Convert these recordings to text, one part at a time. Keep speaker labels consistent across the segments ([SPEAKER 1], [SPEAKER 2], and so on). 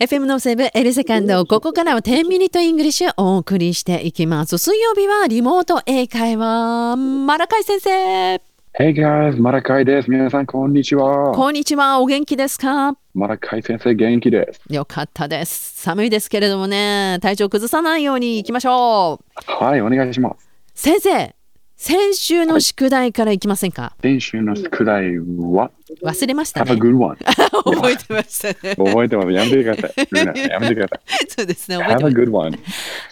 [SPEAKER 1] FM のセブエルセカンド、ここからは10ミニットイングリッシュお送りしていきます。水曜日はリモート英会話、マラカイ先生。
[SPEAKER 2] Hey guys, マラカイです。皆さん、こんにちは。
[SPEAKER 1] こんにちは、お元気ですか
[SPEAKER 2] マラカイ先生、元気です。
[SPEAKER 1] よかったです。寒いですけれどもね、体調崩さないように行きましょう。
[SPEAKER 2] はい、お願いします。
[SPEAKER 1] 先生、先週の宿題からいきませんか、
[SPEAKER 2] 練習の宿題は、
[SPEAKER 1] 忘れました
[SPEAKER 2] Have a
[SPEAKER 1] ね。
[SPEAKER 2] good one。
[SPEAKER 1] 覚えてましたね。
[SPEAKER 2] 覚えてます。やめてくださ い。ルナやめてくださ
[SPEAKER 1] そうですね、
[SPEAKER 2] い。
[SPEAKER 1] 覚えて
[SPEAKER 2] Have
[SPEAKER 1] ま
[SPEAKER 2] a
[SPEAKER 1] す。
[SPEAKER 2] good one。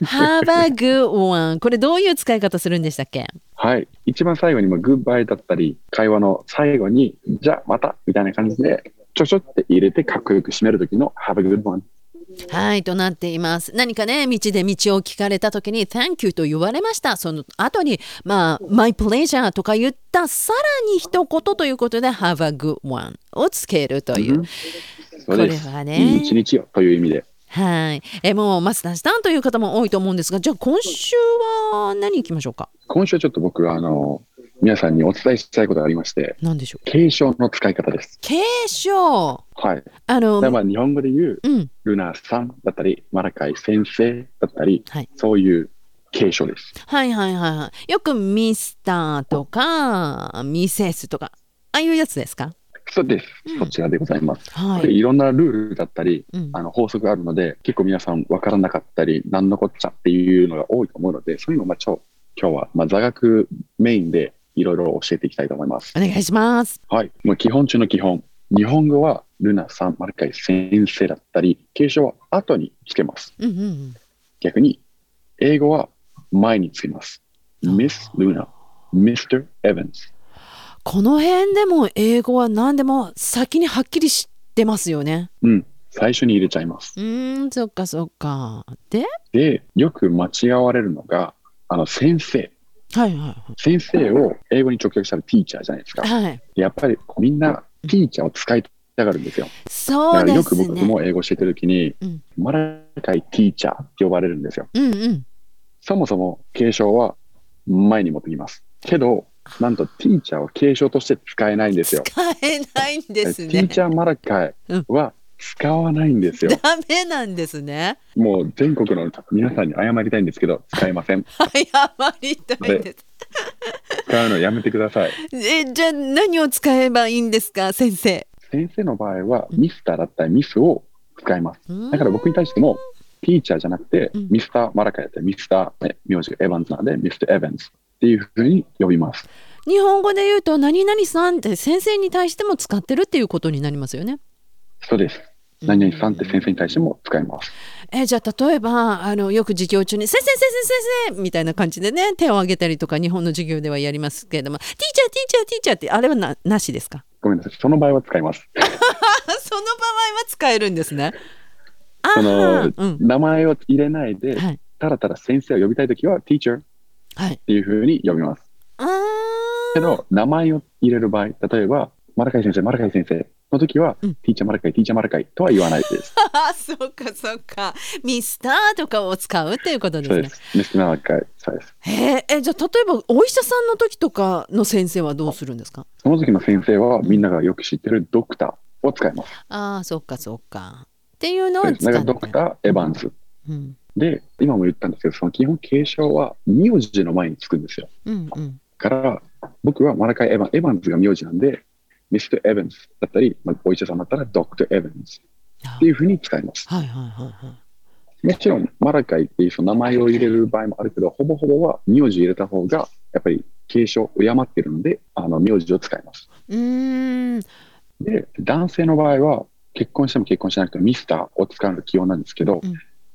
[SPEAKER 1] Have a good one. これどういう使い方するんでしたっけ
[SPEAKER 2] はい。一番最後にも、グッバイだったり、会話の最後に、じゃあまた、みたいな感じで、ちょちょって入れて、かっこよく締める時の、Have a good one。
[SPEAKER 1] はい、となっています。何かね、道で道を聞かれた時に、Thank you と言われました。その後に、まあ、My pleasure とか言った、さらに一言ということで、Have a good one をつけるという。
[SPEAKER 2] そうです。
[SPEAKER 1] これはね
[SPEAKER 2] いい一日をという意味で。
[SPEAKER 1] はい。え、もう、マスターしたんという方も多いと思うんですが、じゃあ今週は何行きましょうか
[SPEAKER 2] 今週はちょっと僕は、あの、皆さんにお伝えしたいことがありまして、
[SPEAKER 1] 何でしょう
[SPEAKER 2] 継承の使い方です。
[SPEAKER 1] 継承
[SPEAKER 2] はい。
[SPEAKER 1] あの、
[SPEAKER 2] だからまあ日本語で言う、
[SPEAKER 1] うん。
[SPEAKER 2] ルナさんだったり、マラカイ先生だったり、
[SPEAKER 1] はい
[SPEAKER 2] そういう継承です。
[SPEAKER 1] はいはいはいはい。よくミスターとか、ミセスとか、ああいうやつですか
[SPEAKER 2] そうです。
[SPEAKER 1] うん
[SPEAKER 2] そちらでございます。
[SPEAKER 1] は
[SPEAKER 2] で
[SPEAKER 1] い。
[SPEAKER 2] いろんなルールだったり、
[SPEAKER 1] うん
[SPEAKER 2] あの法則があるので、結構皆さん分からなかったり、何のこっちゃっていうのが多いと思うので、そういうのをまあちょ今日はまあ座学メインでいろいろ教えていきたいと思います
[SPEAKER 1] お。願いします。
[SPEAKER 2] はい。もう基本中の基本。日本語はルナさん、マラカイ先生だったり、継承は後につけます。
[SPEAKER 1] うんうんうん。
[SPEAKER 2] 逆に、英語は前につきます。Miss Luna, Mr. Evans。
[SPEAKER 1] この辺でも英語は何でも先にはっきり知ってますよね。
[SPEAKER 2] うん、最初に入れちゃいます。
[SPEAKER 1] うーん、そっかそっか。で、
[SPEAKER 2] で、よく間違われるのが、あの、先生。
[SPEAKER 1] はいは
[SPEAKER 2] 先生を英語に直訳したらティーチャーじゃないです
[SPEAKER 1] い。
[SPEAKER 2] か
[SPEAKER 1] はい。はい。
[SPEAKER 2] やっぱりみんなティーチャーを使いたがるんですよ。だ
[SPEAKER 1] そ
[SPEAKER 2] か
[SPEAKER 1] う
[SPEAKER 2] ら
[SPEAKER 1] で
[SPEAKER 2] よく
[SPEAKER 1] す
[SPEAKER 2] 僕
[SPEAKER 1] ね。
[SPEAKER 2] も英語教えてる時に、
[SPEAKER 1] うん
[SPEAKER 2] マラカイティーチャーって呼ばれるんですよ。
[SPEAKER 1] うんうん。
[SPEAKER 2] そもそも継承は前に持ってきます。けど、なんとティーチャーは継承として使えないんで
[SPEAKER 1] 使
[SPEAKER 2] すよ。
[SPEAKER 1] えないんです
[SPEAKER 2] テ
[SPEAKER 1] ね
[SPEAKER 2] ィー。チャーマラカイは使わないんで すよ。
[SPEAKER 1] ダメなんですね。
[SPEAKER 2] もう全国の皆さんに謝りたいんですけど、使いません。
[SPEAKER 1] 謝りたいんです。
[SPEAKER 2] 使うのやめてください。
[SPEAKER 1] え、じゃあ何を使えばいいんですか、先生。
[SPEAKER 2] 先生の場合は、ミスターだったりミスを使います。だから僕に対しても、ティーチャーじゃなくて、
[SPEAKER 1] うん
[SPEAKER 2] ミスターマラカイだったり、ミスター、ね、名字がエヴァンズなんで、ミスターエヴァンズっていうふうに呼びます。
[SPEAKER 1] 日本語で言うと何々さんって先生に対しても使ってるっていうことになりますよね。
[SPEAKER 2] そうです。何々さんって先生に対しても使います。
[SPEAKER 1] えじゃあ例えばあのよく授業中に「先生先生先生」みたいな感じでね手を挙げたりとか日本の授業ではやりますけれども「ティーチャーティーチャーティーチャー」ってあれはななしですか
[SPEAKER 2] ごめんなさい。その場合は使います。
[SPEAKER 1] その場合は使えるんですね。あ
[SPEAKER 2] その、
[SPEAKER 1] ーうん
[SPEAKER 2] 名前を入れないで、
[SPEAKER 1] はい
[SPEAKER 2] ただただ先生を呼びたいときは、ティーチャーっ
[SPEAKER 1] はい、
[SPEAKER 2] ていうふうに呼びます。
[SPEAKER 1] あー
[SPEAKER 2] けど、名前を入れる場合、例えば、マラカイ先生、マラカイ先生の時は、
[SPEAKER 1] うん
[SPEAKER 2] ティーチャーマラカイ、ティーチャーマラカイとは言わないです。
[SPEAKER 1] あ そっかそっか「ミスター」とかを使うっていうことで
[SPEAKER 2] そ
[SPEAKER 1] す
[SPEAKER 2] う
[SPEAKER 1] ね
[SPEAKER 2] で。す。ミスマラカイ、そうです。
[SPEAKER 1] へーえじゃあ例えばお医者さんの時とかの先生はどうするんですか
[SPEAKER 2] その時の先生は、みんながよく知ってるドクターを使います。
[SPEAKER 1] あーそっかそっか。っていうの
[SPEAKER 2] そ
[SPEAKER 1] を
[SPEAKER 2] うです
[SPEAKER 1] 使っ
[SPEAKER 2] だか
[SPEAKER 1] て
[SPEAKER 2] ら、ドクター、エヴァンス。
[SPEAKER 1] うん
[SPEAKER 2] で、今も言ったんですけど、その基本継承は、名字の前につくんですよ。
[SPEAKER 1] うんうん
[SPEAKER 2] だから、僕はマラカイ、エヴァン、エヴァンスが名字なんで、ミスター・エヴァンスだったり、まあ、お医者さんだったら、ドクター・エヴァンスっていうふうに使います。
[SPEAKER 1] はいはいはいはい。
[SPEAKER 2] もちろん、マラカイっていうその名前を入れる場合もあるけど、ほぼほぼは名字入れた方が、やっぱり継承、敬ってるので、あの名字を使います。
[SPEAKER 1] うーん
[SPEAKER 2] で、男性の場合は、結婚しても結婚しなくてもミスターを使うのが基本なんですけど、
[SPEAKER 1] うん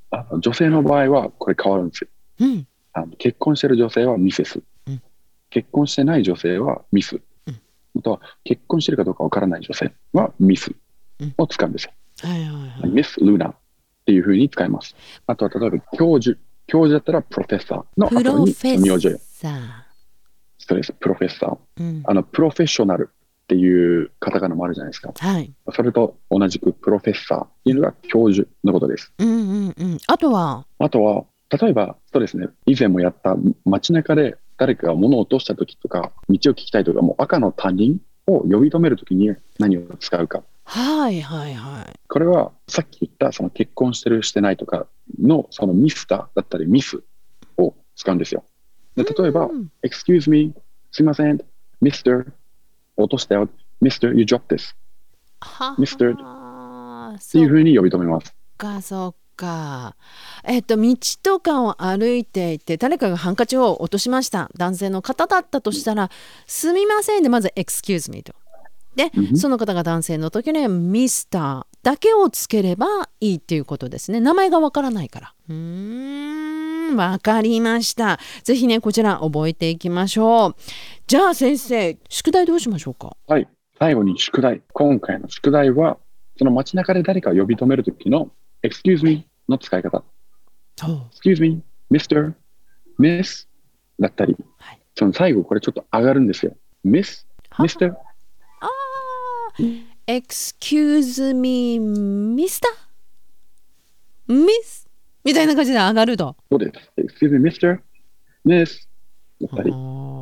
[SPEAKER 2] あの女性の場合はこれ変わるんですよ。
[SPEAKER 1] うん
[SPEAKER 2] あの結婚してる女性はミセス、
[SPEAKER 1] うん
[SPEAKER 2] 結婚してない女性はミス、
[SPEAKER 1] うん
[SPEAKER 2] あとは結婚してるかどうかわからない女性はミス
[SPEAKER 1] うん
[SPEAKER 2] を使うんですよ。
[SPEAKER 1] はいはいはい。
[SPEAKER 2] ミス・ルーナっていうふうに使います。あとは例えば教授。教授だったらプロフェッサーの
[SPEAKER 1] プ
[SPEAKER 2] 後
[SPEAKER 1] ロフ
[SPEAKER 2] に名
[SPEAKER 1] ェ
[SPEAKER 2] 字を
[SPEAKER 1] ッサ
[SPEAKER 2] そうです。プロフェッサー。
[SPEAKER 1] ー。うん、
[SPEAKER 2] あの、プロフェッショナルっていうカタカナもあるじゃないですか。
[SPEAKER 1] はい。
[SPEAKER 2] それと同じくプロフェッサーっていうのが教授のことです。
[SPEAKER 1] うんうんうん。あとは、
[SPEAKER 2] あとは、例えば、そうですね。以前もやった街中で誰かが物を落とした時とか、道を聞きたいとか、もう赤の他人を呼び止める時に何を使うかっ
[SPEAKER 1] はいはいはい。
[SPEAKER 2] これはさっき言ったその結婚してるしてないとかのそのミスターだったりミスを使うんですよ。で例えば、
[SPEAKER 1] うん
[SPEAKER 2] Excuse me すいません Mr. 落としたよ Mr. You dropped this
[SPEAKER 1] は
[SPEAKER 2] Mr.
[SPEAKER 1] あー
[SPEAKER 2] って
[SPEAKER 1] そ
[SPEAKER 2] いう
[SPEAKER 1] う
[SPEAKER 2] ふうに呼び止めます。
[SPEAKER 1] かそうか。えっと道とかを歩いていて誰かがハンカチを落としました男性の方だったとしたら「すみません」でまず「excuse me」と。で、
[SPEAKER 2] うん
[SPEAKER 1] その方が男性の時には「ミスター」だけをつければいいっていうことですね名前がわからないから。うーんわかりました。ぜひねこちら覚えていきましょう。じゃあ先生宿題どうしましょうか
[SPEAKER 2] はい。最後に宿題。今回の宿題は、その街中で誰かを呼び止めるときの Excuse me の使い方。Excuse me, Mr. Miss だったり、
[SPEAKER 1] はい
[SPEAKER 2] その最後これちょっと上がるんですよ。Miss,
[SPEAKER 1] は
[SPEAKER 2] Mr.
[SPEAKER 1] ああ、excuse me, mister? ミスみたいな感じで上がると。
[SPEAKER 2] そうです。Excuse me, Mr. Miss だったり、
[SPEAKER 1] おー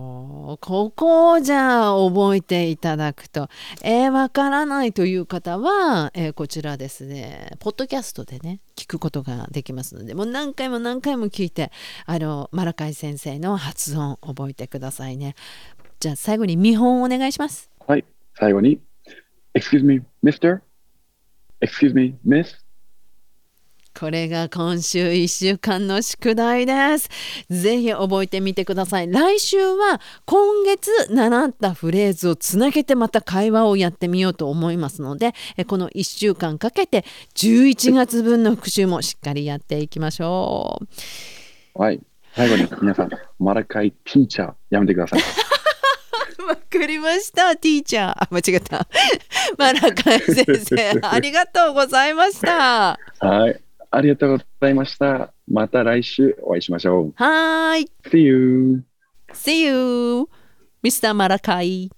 [SPEAKER 1] ここをじゃあ覚えていただくと。えー、わからないという方は、えーこちらですね、ポッドキャストでね、聞くことができますので、もう何回も何回も聞いて、あの、マラカイ先生の発音覚えてくださいね。じゃあ最後に見本をお願いします。
[SPEAKER 2] はい。最後に、Excuse me, Mr. Excuse me, Miss
[SPEAKER 1] これが今週1週間の宿題です。ぜひ覚えてみてください。来週は今月習ったフレーズをつなげてまた会話をやってみようと思いますので、えこの1週間かけて11月分の復習もしっかりやっていきましょう。
[SPEAKER 2] はい。最後に皆さん、マラカイティーチャーやめてください。
[SPEAKER 1] わかりました、ティーチャー。あ、間違えた。 マラカイ先生、ありがとうございました。
[SPEAKER 2] はい。ありがとうございました。また来週お会いしましょう。
[SPEAKER 1] はーい。
[SPEAKER 2] See you.
[SPEAKER 1] See you, Mr. マラカイ。